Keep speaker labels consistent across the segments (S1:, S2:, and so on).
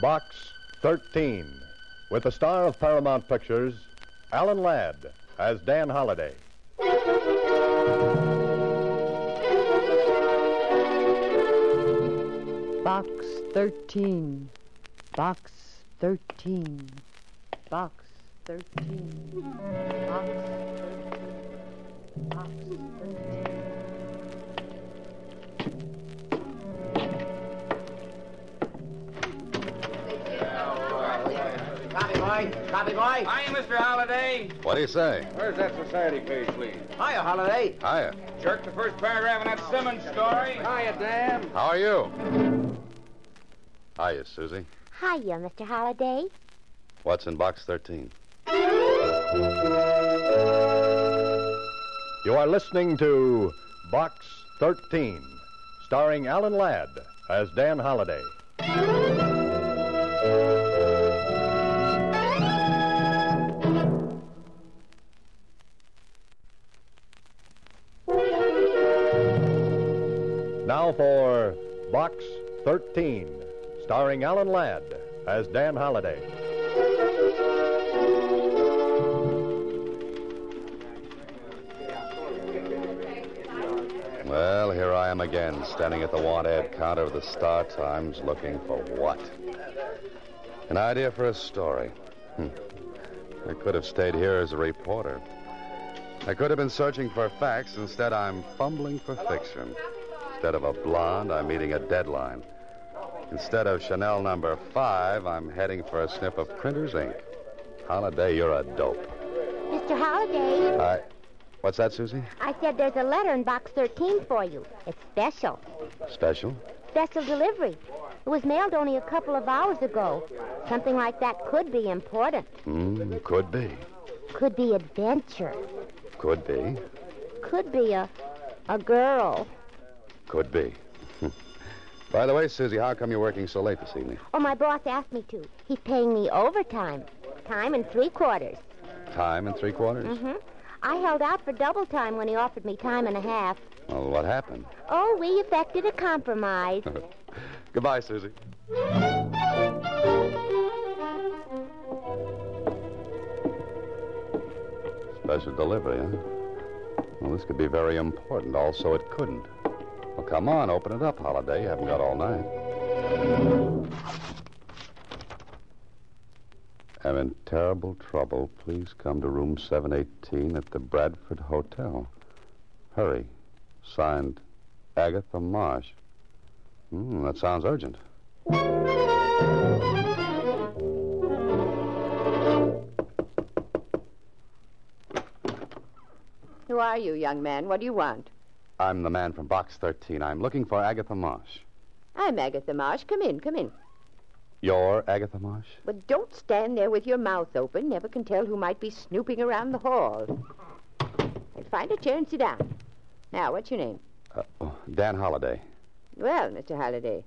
S1: Box 13, with the star of Paramount Pictures, Alan Ladd, as Dan Holliday.
S2: Box 13. Box 13. Box 13. Box 13. Box 13.
S3: Copy, boy. Copy, boy.
S4: Hiya, Mr. Holliday.
S5: What do you say?
S4: Where's that society page, please?
S3: Hiya, Holiday.
S5: Hiya.
S4: Jerk the first paragraph in that Simmons story.
S3: Hiya, Dan.
S5: How are you? Hiya, Susie.
S6: Hiya, Mr. Holliday.
S5: What's in box 13?
S1: You are listening to Box 13, starring Alan Ladd as Dan Holliday. Now for Box 13, starring Alan Ladd as Dan Holliday.
S5: Well, here I am again, standing at the want ad counter of the Star Times looking for what? An idea for a story. Hmm. I could have stayed here as a reporter. I could have been searching for facts. Instead, I'm fumbling for fiction. Instead of a blonde, I'm eating a deadline. Instead of Chanel number five, I'm heading for a snip of printer's ink. Holiday, you're a dope.
S6: Mr. Holliday,
S5: I. What's that, Susie?
S6: I said there's a letter in box 13 for you. It's special.
S5: Special?
S6: Special delivery. It was mailed only a couple of hours ago. Something like that could be important.
S5: Mm, could be.
S6: Could be adventure.
S5: Could be.
S6: Could be a a girl.
S5: Could be. By the way, Susie, how come you're working so late this evening?
S6: Oh, my boss asked me to. He's paying me overtime. Time and three quarters.
S5: Time and three quarters?
S6: Hmm? I held out for double time when he offered me time and a half.
S5: Well, what happened?
S6: Oh, we effected a compromise.
S5: Goodbye, Susie. Special delivery, huh? Well, this could be very important. Also, it couldn't. Well, come on, open it up, Holiday. You haven't got all night. I'm in terrible trouble. Please come to room 718 at the Bradford Hotel. Hurry. Signed, Agatha Marsh. Hmm, that sounds urgent.
S7: Who are you, young man? What do you want?
S5: I'm the man from Box 13. I'm looking for Agatha Marsh.
S7: I'm Agatha Marsh. Come in, come in.
S5: Your Agatha Marsh?
S7: But don't stand there with your mouth open. Never can tell who might be snooping around the hall. And find a chair and sit down. Now, what's your name?
S5: Uh, oh, Dan Holliday.
S7: Well, Mr. Halliday,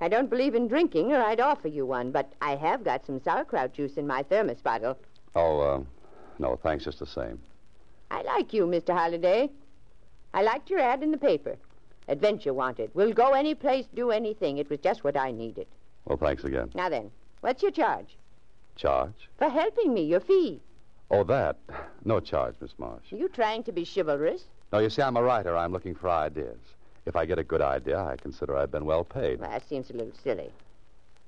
S7: I don't believe in drinking, or I'd offer you one, but I have got some sauerkraut juice in my thermos bottle.
S5: Oh, uh, no, thanks just the same.
S7: I like you, Mr. Halliday. I liked your ad in the paper. Adventure wanted. We'll go any place, do anything. It was just what I needed.
S5: Well, thanks again.
S7: Now then, what's your charge?
S5: Charge?
S7: For helping me, your fee.
S5: Oh, that. No charge, Miss Marsh.
S7: Are you trying to be chivalrous?
S5: No, you see, I'm a writer. I'm looking for ideas. If I get a good idea, I consider I've been well paid.
S7: Well, that seems a little silly.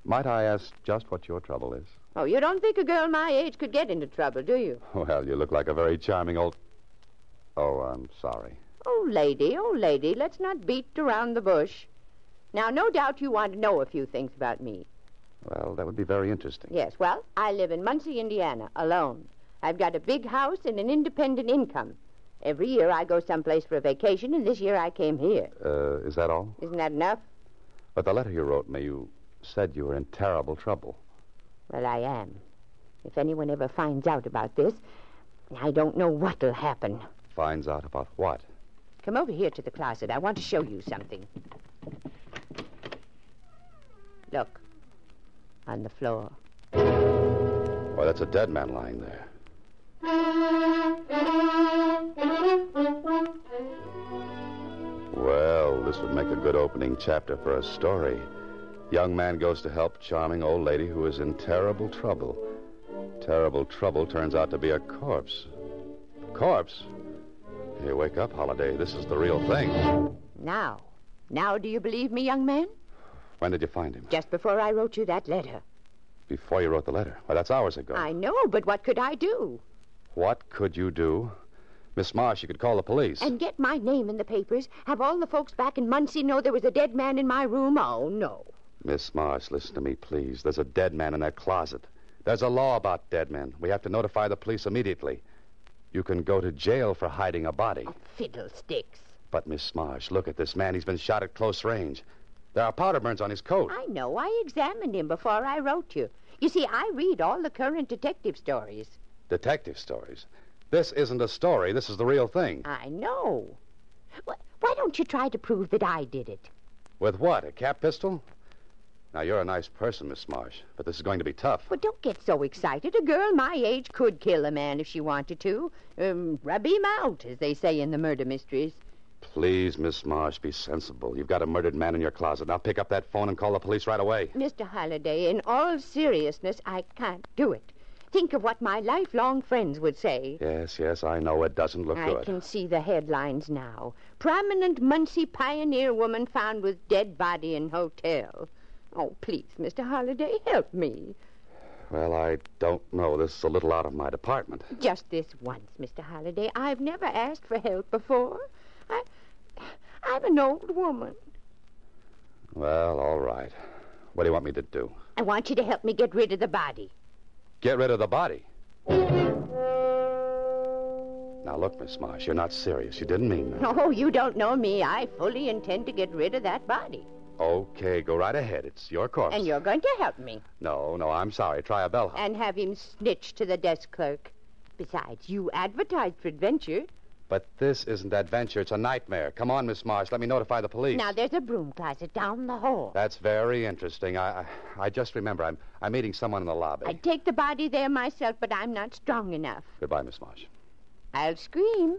S5: Might I ask just what your trouble is?
S7: Oh, you don't think a girl my age could get into trouble, do you?
S5: Well, you look like a very charming old. Oh, I'm sorry.
S7: Oh, lady, oh, lady, let's not beat around the bush. Now, no doubt you want to know a few things about me.
S5: Well, that would be very interesting.
S7: Yes, well, I live in Muncie, Indiana, alone. I've got a big house and an independent income. Every year I go someplace for a vacation, and this year I came here.
S5: Uh, is that all?
S7: Isn't that enough?
S5: But the letter you wrote me, you said you were in terrible trouble.
S7: Well, I am. If anyone ever finds out about this, I don't know what'll happen.
S5: Finds out about what?
S7: Come over here to the closet. I want to show you something. Look. On the floor.
S5: Why, that's a dead man lying there. Well, this would make a good opening chapter for a story. Young man goes to help charming old lady who is in terrible trouble. Terrible trouble turns out to be a corpse. Corpse? Hey, wake up, Holiday. This is the real thing.
S7: Now, now do you believe me, young man?
S5: When did you find him?
S7: Just before I wrote you that letter.
S5: Before you wrote the letter. Why, that's hours ago.
S7: I know, but what could I do?
S5: What could you do? Miss Marsh, you could call the police.
S7: And get my name in the papers? Have all the folks back in Muncie know there was a dead man in my room? Oh, no.
S5: Miss Marsh, listen to me, please. There's a dead man in that closet. There's a law about dead men. We have to notify the police immediately. You can go to jail for hiding a body.
S7: Fiddlesticks.
S5: But, Miss Marsh, look at this man. He's been shot at close range. There are powder burns on his coat.
S7: I know. I examined him before I wrote you. You see, I read all the current detective stories.
S5: Detective stories. This isn't a story. This is the real thing.
S7: I know. Wh- Why don't you try to prove that I did it?
S5: With what? A cap pistol? Now, you're a nice person, Miss Marsh, but this is going to be tough.
S7: Well, don't get so excited. A girl my age could kill a man if she wanted to. Um, rub him out, as they say in the murder mysteries.
S5: Please, Miss Marsh, be sensible. You've got a murdered man in your closet. Now pick up that phone and call the police right away.
S7: Mr. Halliday, in all seriousness, I can't do it. Think of what my lifelong friends would say.
S5: Yes, yes, I know it doesn't look
S7: I
S5: good.
S7: can see the headlines now. Prominent Muncie pioneer woman found with dead body in hotel. Oh, please, Mr. Holliday, help me.
S5: Well, I don't know. This is a little out of my department.
S7: Just this once, Mr. Holliday. I've never asked for help before. I, I'm an old woman.
S5: Well, all right. What do you want me to do?
S7: I want you to help me get rid of the body.
S5: Get rid of the body. Now, look, Miss Marsh, you're not serious. You didn't mean that.
S7: Oh, you don't know me. I fully intend to get rid of that body.
S5: Okay, go right ahead. It's your corpse.
S7: And you're going to help me
S5: No, no, I'm sorry. Try a bellhop.
S7: and have him snitch to the desk clerk. Besides, you advertised for adventure.
S5: But this isn't adventure. It's a nightmare. Come on, Miss Marsh. Let me notify the police.
S7: Now, there's a broom closet down the hall.
S5: That's very interesting. I, I, I just remember I'm, I'm meeting someone in the lobby.
S7: I'd take the body there myself, but I'm not strong enough.
S5: Goodbye, Miss Marsh.
S7: I'll scream.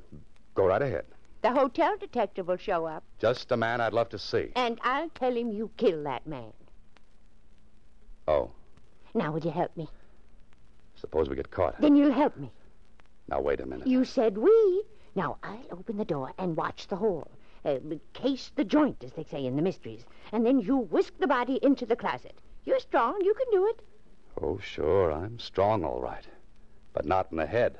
S5: Go right ahead.
S7: The hotel detective will show up,
S5: Just a man I'd love to see.
S7: and I'll tell him you killed that man.
S5: Oh,
S7: Now, will you help me?
S5: suppose we get caught.
S7: Then you'll help me.
S5: Now, wait a minute.
S7: You said we. Now, I'll open the door and watch the hall. Uh, case the joint, as they say in the mysteries. And then you whisk the body into the closet. You're strong. You can do it.
S5: Oh, sure. I'm strong, all right. But not in the head.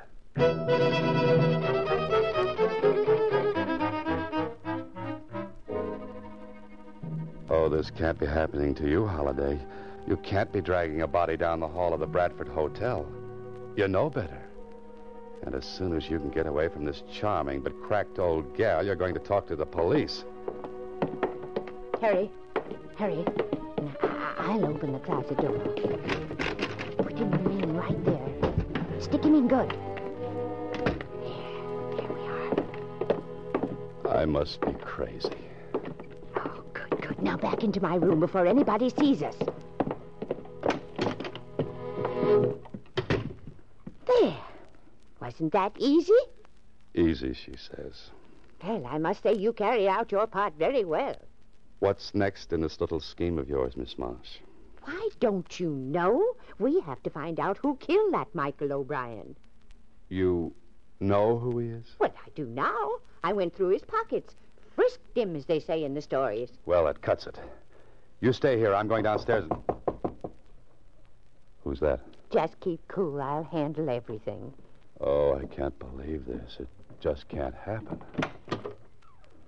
S5: Oh, this can't be happening to you, Holiday. You can't be dragging a body down the hall of the Bradford Hotel. You know better. And as soon as you can get away from this charming but cracked old gal, you're going to talk to the police.
S7: Hurry. Hurry. Now, I- I'll open the closet door. Put him in right there. Stick him in good. There. There we are.
S5: I must be crazy.
S7: Oh, good, good. Now back into my room before anybody sees us. There. Wasn't that easy?
S5: Easy, she says.
S7: Well, I must say you carry out your part very well.
S5: What's next in this little scheme of yours, Miss Marsh?
S7: Why don't you know? We have to find out who killed that Michael O'Brien.
S5: You know who he is?
S7: Well, I do now. I went through his pockets. Frisked him, as they say in the stories.
S5: Well, that cuts it. You stay here. I'm going downstairs. and- Who's that?
S7: Just keep cool. I'll handle everything.
S5: Oh, I can't believe this. It just can't happen.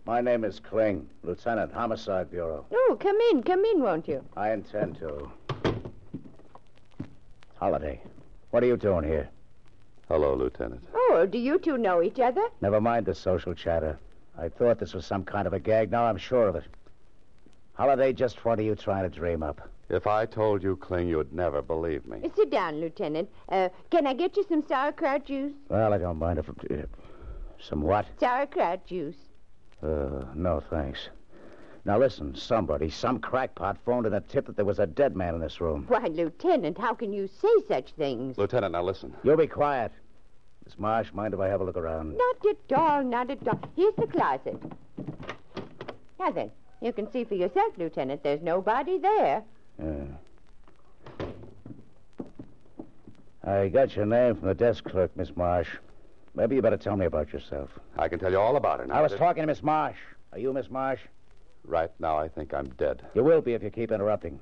S3: My name is Kling, Lieutenant, Homicide Bureau.
S7: Oh, come in, come in, won't you?
S3: I intend to. Holiday, what are you doing here?
S5: Hello, Lieutenant.
S7: Oh, do you two know each other?
S3: Never mind the social chatter. I thought this was some kind of a gag. Now I'm sure of it. Holiday, just what are you trying to dream up?
S5: If I told you, Kling, you'd never believe me.
S7: Sit down, Lieutenant. Uh, can I get you some sauerkraut juice?
S3: Well, I don't mind if. Uh, some what?
S7: Sauerkraut juice.
S3: Uh, no, thanks. Now listen, somebody, some crackpot phoned in a tip that there was a dead man in this room.
S7: Why, Lieutenant, how can you say such things?
S5: Lieutenant, now listen.
S3: You be quiet. Miss Marsh, mind if I have a look around?
S7: Not at all, not at all. Here's the closet. Now then, You can see for yourself, Lieutenant, there's nobody there.
S3: Yeah. I got your name from the desk clerk, Miss Marsh. Maybe you better tell me about yourself.
S5: I can tell you all about it.
S3: I was talking to Miss Marsh. Are you Miss Marsh?
S5: Right now, I think I'm dead.
S3: You will be if you keep interrupting.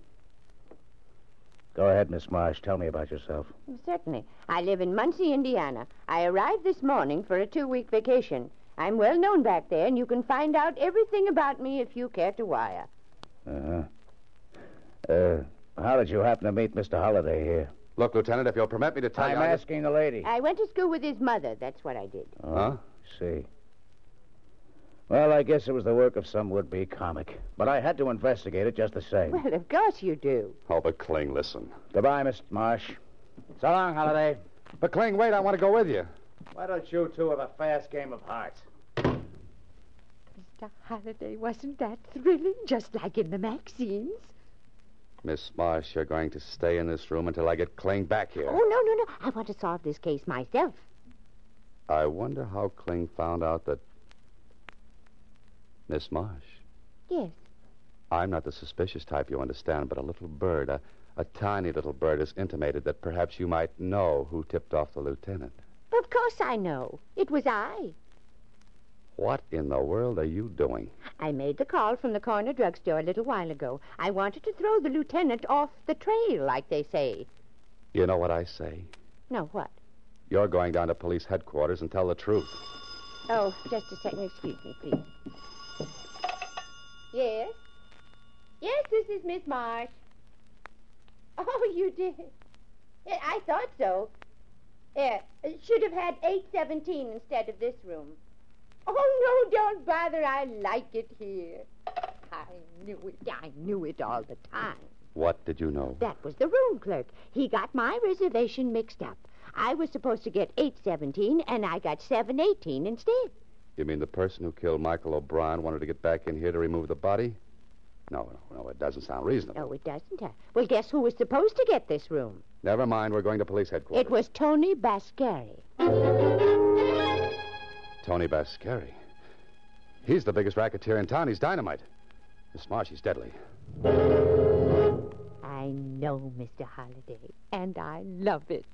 S3: Go ahead, Miss Marsh. Tell me about yourself.
S7: Oh, Certainly. I live in Muncie, Indiana. I arrived this morning for a two week vacation. I'm well known back there, and you can find out everything about me if you care to wire.
S3: Uh-huh. Uh, how did you happen to meet Mr. Holliday here?
S5: Look, Lieutenant, if you'll permit me to tell
S3: I'm
S5: you. I just-
S3: asking the lady.
S7: I went to school with his mother. That's what I did.
S3: Oh, I see. Well, I guess it was the work of some would-be comic. But I had to investigate it just the same.
S7: Well, of course you do.
S5: Oh, but Kling, listen.
S3: Goodbye, Miss Marsh. So long, Holliday.
S5: But Kling, wait, I want to go with you.
S3: Why don't you two have a fast game of hearts?
S7: Mr. Halliday, wasn't that thrilling? Just like in the magazines.
S5: Miss Marsh, you're going to stay in this room until I get Kling back here.
S7: Oh, no, no, no. I want to solve this case myself.
S5: I wonder how Kling found out that. Miss Marsh.
S7: Yes.
S5: I'm not the suspicious type, you understand, but a little bird, a, a tiny little bird, has intimated that perhaps you might know who tipped off the lieutenant.
S7: Of course I know. It was I.
S5: What in the world are you doing?
S7: I made the call from the corner drugstore a little while ago. I wanted to throw the lieutenant off the trail, like they say.
S5: You know what I say?
S7: No, what?
S5: You're going down to police headquarters and tell the truth.
S7: Oh, just a second. Excuse me, please. Yes? Yes, this is Miss Marsh. Oh, you did. Yeah, I thought so. Yeah, it should have had 817 instead of this room. Oh, no, don't bother. I like it here. I knew it. I knew it all the time.
S5: What did you know?
S7: That was the room clerk. He got my reservation mixed up. I was supposed to get 817, and I got 718 instead.
S5: You mean the person who killed Michael O'Brien wanted to get back in here to remove the body? No, no, no, it doesn't sound reasonable.
S7: No, it doesn't. Huh? Well, guess who was supposed to get this room?
S5: Never mind, we're going to police headquarters.
S7: It was Tony Bascari.
S5: Tony Bascari. He's the biggest racketeer in town. He's dynamite. Miss Marsh, he's deadly.
S7: I know, Mr. Holliday, and I love it.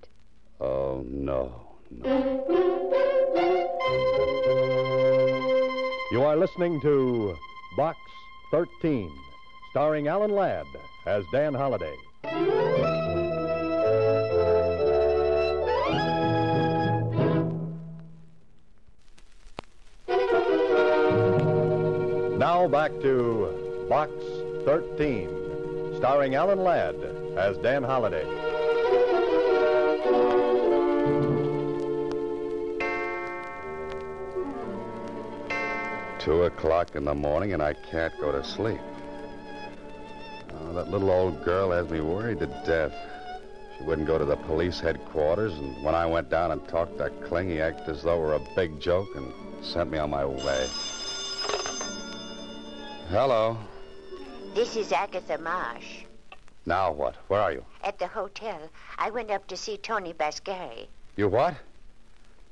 S5: Oh, no.
S1: You are listening to Box 13, starring Alan Ladd as Dan Holliday. Now back to Box 13, starring Alan Ladd as Dan Holliday.
S5: Two o'clock in the morning, and I can't go to sleep. Oh, that little old girl has me worried to death. She wouldn't go to the police headquarters, and when I went down and talked to Kling, he acted as though it were a big joke and sent me on my way. Hello.
S8: This is Agatha Marsh.
S5: Now what? Where are you?
S8: At the hotel, I went up to see Tony Bascari.
S5: You what?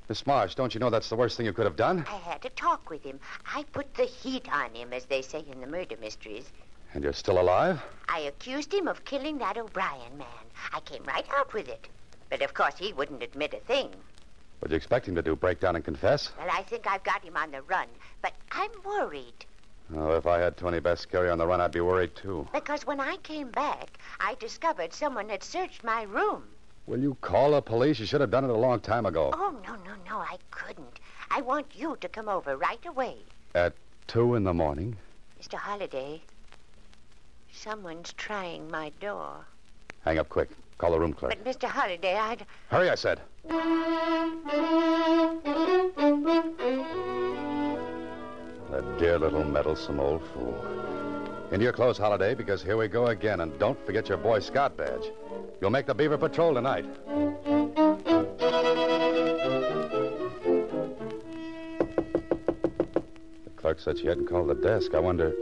S5: Miss Marsh, don't you know that's the worst thing you could have done?
S8: I had a talk with him. I put the heat on him, as they say in the murder mysteries.
S5: And you're still alive?
S8: I accused him of killing that O'Brien man. I came right out with it. But of course, he wouldn't admit a thing.
S5: What'd you expect him to do? Break down and confess?
S8: Well, I think I've got him on the run, but I'm worried.
S5: Oh, if I had Tony Bascari on the run, I'd be worried too.
S8: Because when I came back, I discovered someone had searched my room.
S5: Will you call the police? You should have done it a long time ago.
S8: Oh, no, no, no, I couldn't. I want you to come over right away.
S5: At two in the morning.
S8: Mr. Holliday, someone's trying my door.
S5: Hang up quick. Call the room clerk.
S8: But, Mr. Holliday, I'd.
S5: Hurry, I said. The dear little meddlesome old fool. Into your clothes, Holiday, because here we go again. And don't forget your Boy Scout badge. You'll make the Beaver Patrol tonight. The clerk said she hadn't called the desk. I wonder.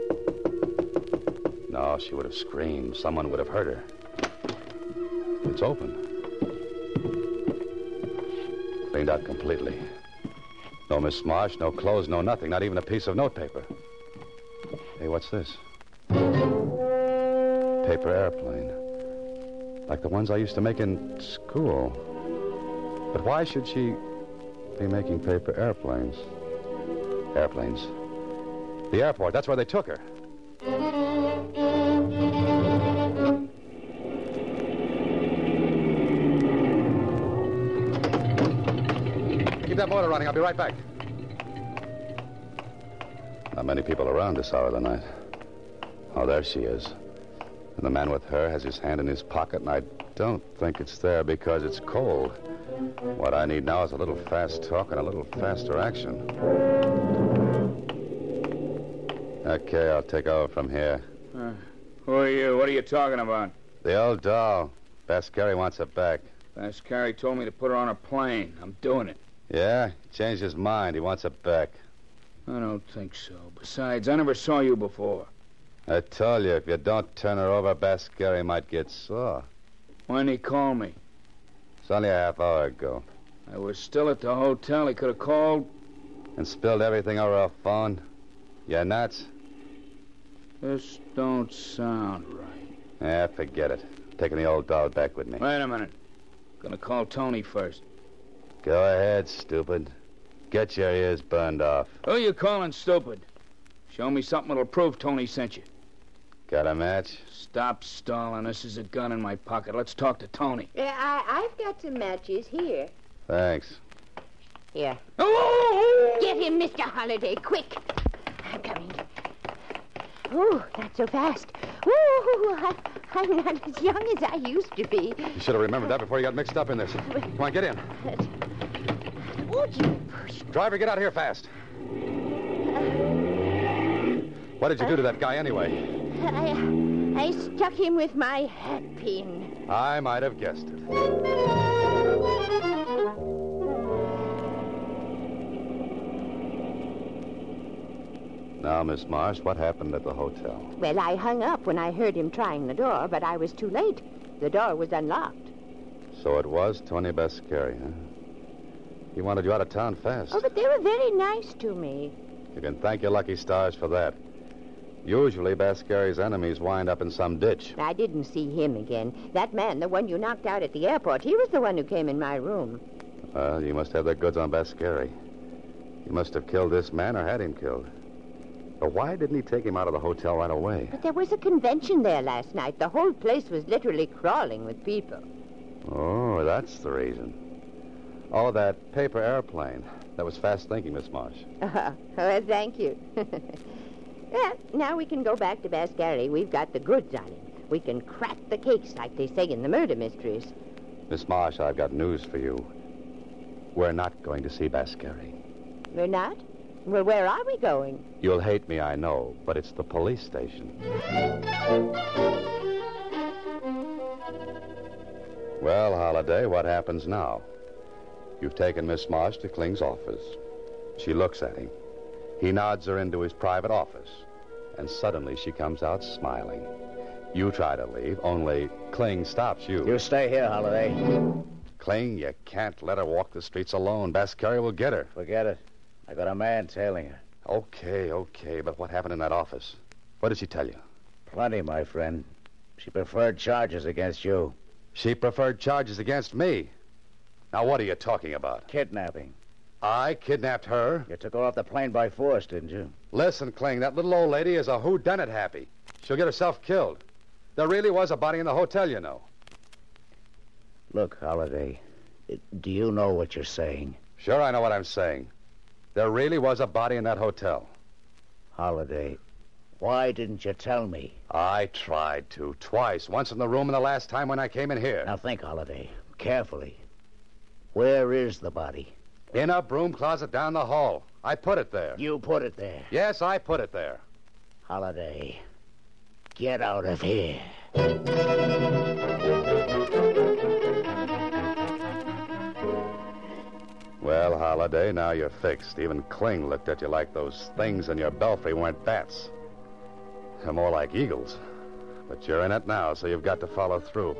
S5: No, she would have screamed. Someone would have heard her. It's open. Cleaned out completely. No Miss Marsh, no clothes, no nothing, not even a piece of notepaper. Hey, what's this? Paper airplane. Like the ones I used to make in school. But why should she be making paper airplanes? Airplanes. The airport, that's where they took her. Keep that motor running. I'll be right back. Not many people around this hour of the night. Oh, there she is. And the man with her has his hand in his pocket, and I don't think it's there because it's cold. What I need now is a little fast talk and a little faster action. Okay, I'll take over from here.
S3: Who are you? What are you talking about?
S5: The old doll. Bascari wants it back.
S3: Pascari told me to put her on a plane. I'm doing it.
S5: Yeah? Changed his mind. He wants it back.
S3: I don't think so. Besides, I never saw you before.
S5: I told you, if you don't turn her over, Bascari might get sore.
S3: When he called me,
S5: It's only a half hour ago.
S3: I was still at the hotel. He could have called.
S5: And spilled everything over our phone. You're nuts?
S3: This don't sound right.
S5: Yeah, forget it. Taking the old doll back with me.
S3: Wait a minute. Gonna call Tony first.
S5: Go ahead, stupid. Get your ears burned off.
S3: Who you calling stupid? Show me something that'll prove Tony sent you.
S5: Got a match?
S3: Stop stalling. This is a gun in my pocket. Let's talk to Tony.
S9: Yeah, I, I've got some matches here.
S5: Thanks.
S7: Get him, Mr. Holliday, quick. I'm coming. Ooh, not so fast. Ooh, I, I'm not as young as I used to be.
S5: You should have remembered that before you got mixed up in this. Come on, get in.
S7: Would you push?
S5: Driver, get out here fast. What did you do to that guy anyway?
S7: I, I stuck him with my hatpin.
S5: I might have guessed it. Now, Miss Marsh, what happened at the hotel?
S7: Well, I hung up when I heard him trying the door, but I was too late. The door was unlocked.
S5: So it was Tony Bascari, huh? He wanted you out of town fast.
S7: Oh, but they were very nice to me.
S5: You can thank your lucky stars for that. Usually, Bascari's enemies wind up in some ditch.
S7: I didn't see him again. That man, the one you knocked out at the airport, he was the one who came in my room.
S5: Well, you must have their goods on Bascari. You must have killed this man or had him killed. But why didn't he take him out of the hotel right away?
S7: But there was a convention there last night. The whole place was literally crawling with people.
S5: Oh, that's the reason. Oh, that paper airplane. That was fast thinking, Miss Marsh.
S7: well, thank you. well, now we can go back to Bascari. We've got the goods on him. We can crack the cakes like they say in the murder mysteries.
S5: Miss Marsh, I've got news for you. We're not going to see Bascari.
S7: We're not? Well, where are we going?
S5: You'll hate me, I know, but it's the police station. Well, Holiday, what happens now? You've taken Miss Marsh to Kling's office. She looks at him. He nods her into his private office, and suddenly she comes out smiling. You try to leave, only Kling stops you.
S10: You stay here, Holiday.
S5: Kling, you can't let her walk the streets alone. Bascari will get her.
S10: Forget it. I got a man tailing her.
S5: Okay, okay, but what happened in that office? What did she tell you?
S10: Plenty, my friend. She preferred charges against you.
S5: She preferred charges against me. Now, what are you talking about?
S10: Kidnapping.
S5: I kidnapped her?
S10: You took her off the plane by force, didn't you?
S5: Listen, Kling, that little old lady is a whodunit happy. She'll get herself killed. There really was a body in the hotel, you know.
S10: Look, Holiday, uh, do you know what you're saying?
S5: Sure, I know what I'm saying. There really was a body in that hotel.
S10: Holiday, why didn't you tell me?
S5: I tried to twice. Once in the room, and the last time when I came in here.
S10: Now think, Holiday, carefully. Where is the body?
S5: In a broom closet down the hall. I put it there.
S10: You put it there.
S5: Yes, I put it there.
S10: Holiday, get out of here.
S5: Well, Holiday, now you're fixed. Even Kling looked at you like those things in your belfry weren't bats. They're more like eagles. But you're in it now, so you've got to follow through.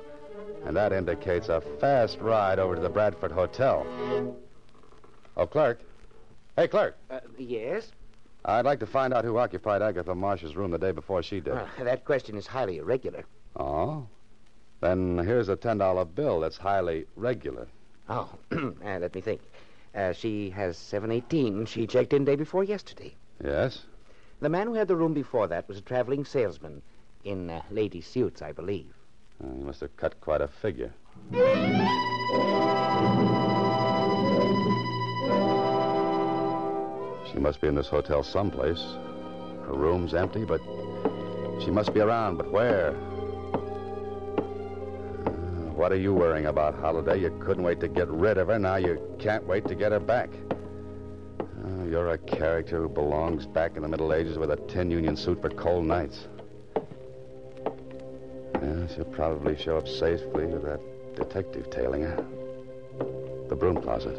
S5: And that indicates a fast ride over to the Bradford Hotel. Oh, clerk. Hey, clerk.
S11: Uh, yes?
S5: I'd like to find out who occupied Agatha Marsh's room the day before she did.
S12: Well, Uh, that question is highly irregular.
S5: Oh? Then here's a $10 bill that's highly regular.
S12: Oh, uh, let me think. Uh, she has 718. She checked in day before yesterday.
S5: Yes?
S12: The man who had the room before that was a traveling salesman in uh, lady suits, I believe.
S5: Uh, he must have cut quite a figure. She must be in this hotel someplace. Her room's empty, but she must be around. But where? Uh, What are you worrying about, Holiday? You couldn't wait to get rid of her. Now you can't wait to get her back. Oh, you're a character who belongs back in the Middle Ages with a tin union suit for cold nights. Yeah, she'll probably show up safely with that detective tailing her. The broom closet.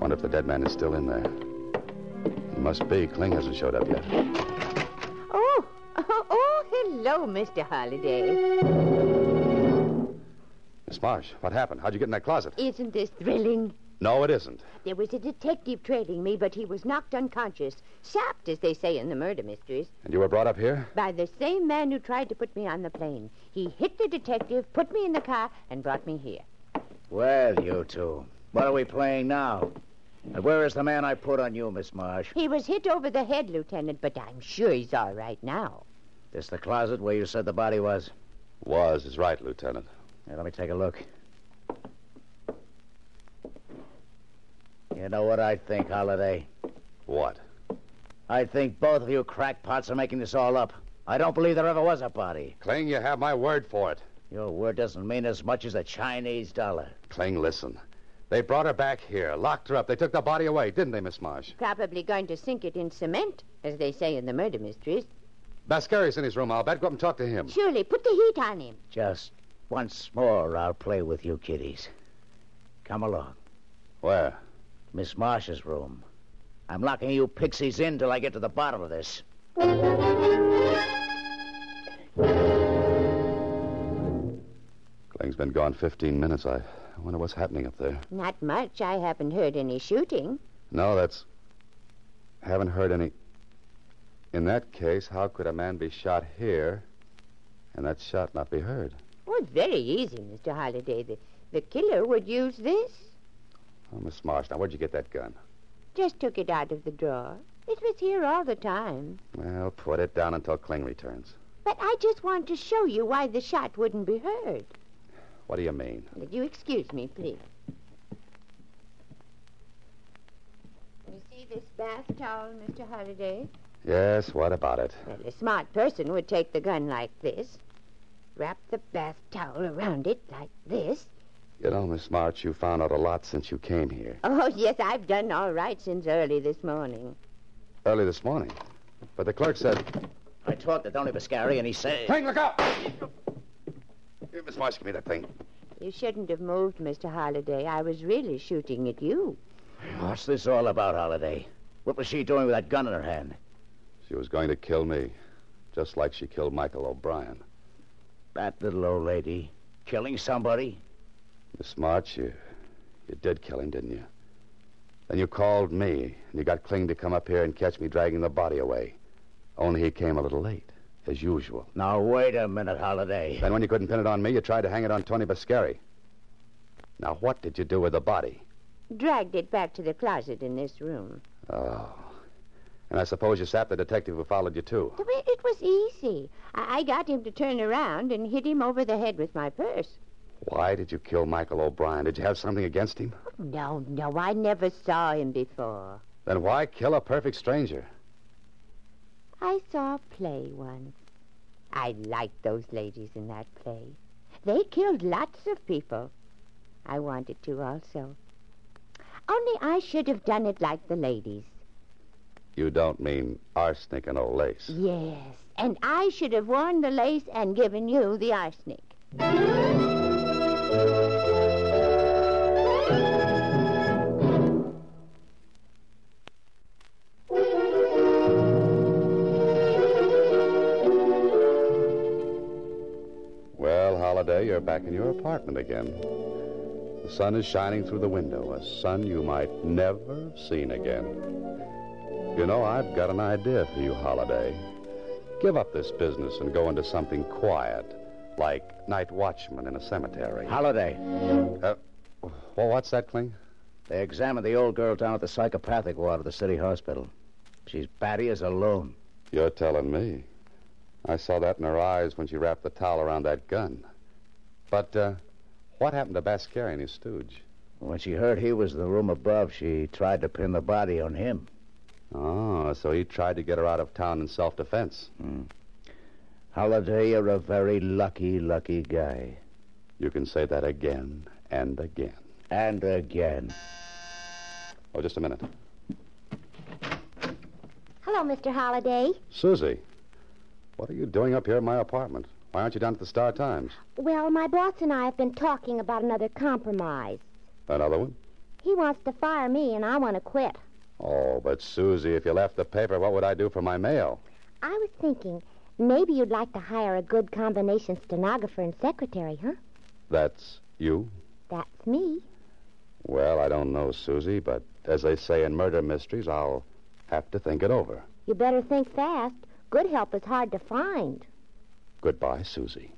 S5: Wonder if the dead man is still in there. It must be. Kling hasn't showed up yet.
S7: Oh, oh, oh, hello, Mr. Holliday.
S5: Miss Marsh, what happened? How'd you get in that closet?
S7: Isn't this thrilling?
S5: No, it isn't.
S7: There was a detective trailing me, but he was knocked unconscious. Sapped, as they say in the murder mysteries,
S5: And you were brought up here?
S7: by the same man who tried to put me on the plane. He hit the detective, put me in the car, and brought me here.
S3: Well, you two, what are we playing now? And where is the man I put on you, Miss Marsh?
S7: He was hit over the head, Lieutenant, but I'm sure he's all right now.
S3: This the closet where you said the body was?
S5: Was is right, Lieutenant.
S3: Here, let me take a look. You know what I think, Holiday?
S5: What?
S3: I think both of you crackpots are making this all up. I don't believe there ever was a body.
S5: Kling, you have my word for it.
S3: Your word doesn't mean as much as a Chinese dollar.
S5: Kling, listen. They brought her back here, locked her up. They took the body away, didn't they, Miss Marsh?
S7: Probably going to sink it in cement, as they say in the murder mysteries.
S5: Bascari's in his room. I'll bet. Go up and talk to him.
S7: Surely, put the heat on him.
S3: Just once more, I'll play with you kiddies. Come along.
S5: Where?
S3: Miss Marsh's room. I'm locking you pixies in till I get to the bottom of this.
S5: Kling's been gone 15 minutes. I I wonder what's happening up there.
S7: Not much. I haven't heard any shooting.
S5: No, that's. Haven't heard any. In that case, how could a man be shot here and that shot not be heard?
S7: Oh, it's very easy, Mr. Holliday. The, the killer would use this.
S5: Oh, Miss Marsh, now where'd you get that gun?
S7: Just took it out of the drawer. It was here all the time.
S5: Well, put it down until Kling returns.
S7: But I just want to show you why the shot wouldn't be heard.
S5: What do you mean?
S7: Will you excuse me, please? You see this bath towel, Mr. Holliday?
S5: Yes, what about it?
S7: Well, a smart person would take the gun like this, wrap the bath towel around it like this.
S5: You know, Miss March, you found out a lot since you came here.
S7: Oh, yes, I've done all right since early this morning.
S5: Early this morning. But the clerk said.
S3: I talked to Tony Biscari, and he said.
S5: Kling, look out! Here, Miss Marsh, give me that thing.
S7: You shouldn't have moved, Mr. Holliday. I was really shooting at you.
S3: What's this all about, Holiday? What was she doing with that gun in her hand?
S5: She was going to kill me, just like she killed Michael O'Brien.
S3: That little old lady. Killing somebody?
S5: Miss March, you, you did kill him, didn't you? Then you called me, and you got Kling to come up here and catch me dragging the body away. Only he came a little late, as usual.
S3: Now, wait a minute, Holiday.
S5: Then when you couldn't pin it on me, you tried to hang it on Tony Bascari. Now, what did you do with the body?
S7: Dragged it back to the closet in this room.
S5: Oh. And I suppose you sapped the detective who followed you, too.
S7: The way- It was easy. I, I got him to turn around and hit him over the head with my purse.
S5: Why did you kill Michael O'Brien? Did you have something against him?
S7: No, no, I never saw him before.
S5: Then why kill a perfect stranger?
S7: I saw a play once. I liked those ladies in that play. They killed lots of people. I wanted to also. Only I should have done it like the ladies.
S5: You don't mean arsenic and old lace.
S7: Yes, and I should have worn the lace and given you the arsenic.
S5: Well, Holiday, you're back in your apartment again. The sun is shining through the window, a sun you might never have seen again. You know, I've got an idea for you, Holiday. Give up this business and go into something quiet, like night watchman in a cemetery.
S3: Holiday,
S5: Uh, well, what's that, Kling?
S3: they examined the old girl down at the psychopathic ward of the city hospital. She's batty as a loon.
S5: You're telling me. I saw that in her eyes when she wrapped the towel around that gun. But uh, what happened to Bascari and his stooge?
S3: When she heard he was in the room above, she tried to pin the body on him.
S5: Oh, so he tried to get her out of town in self-defense.
S3: Holiday, you're a very lucky, lucky guy.
S5: You can say that again and again.
S3: And again.
S5: Oh, just a minute.
S6: Hello, Mr. Holliday.
S5: Susie, what are you doing up here in my apartment? Why aren't you down at the Star Times?
S6: Well, my boss and I have been talking about another compromise.
S5: Another one?
S6: He wants to fire me, and I want to quit.
S5: Oh, but Susie, if you left the paper, what would I do for my mail?
S6: I was thinking maybe you'd like to hire a good combination stenographer and secretary, huh?
S5: That's you?
S6: That's me.
S5: Well, I don't know, Susie, but as they say in murder mysteries, I'll have to think it over.
S6: You better think fast. Good help is hard to find.
S5: Goodbye, Susie.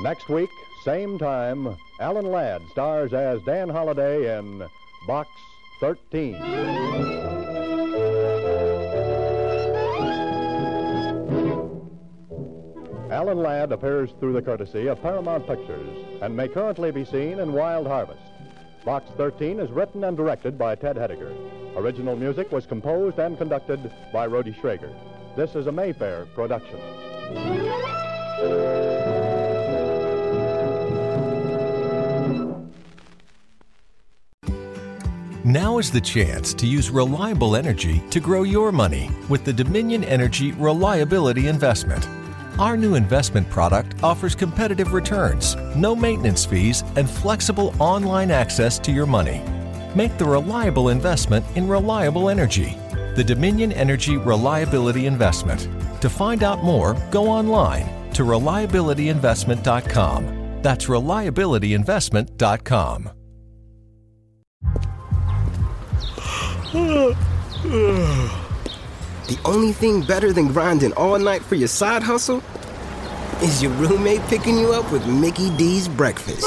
S1: Next week, same time, Alan Ladd stars as Dan Holliday in Box 13. Alan Ladd appears through the courtesy of Paramount Pictures and may currently be seen in Wild Harvest. Box 13 is written and directed by Ted Hediger. Original music was composed and conducted by Rhodey Schrager. This is a Mayfair production.
S13: Now is the chance to use reliable energy to grow your money with the Dominion Energy Reliability Investment. Our new investment product offers competitive returns, no maintenance fees, and flexible online access to your money. Make the reliable investment in reliable energy. The Dominion Energy Reliability Investment. To find out more, go online to reliabilityinvestment.com. That's reliabilityinvestment.com.
S14: The only thing better than grinding all night for your side hustle is your roommate picking you up with Mickey D's breakfast.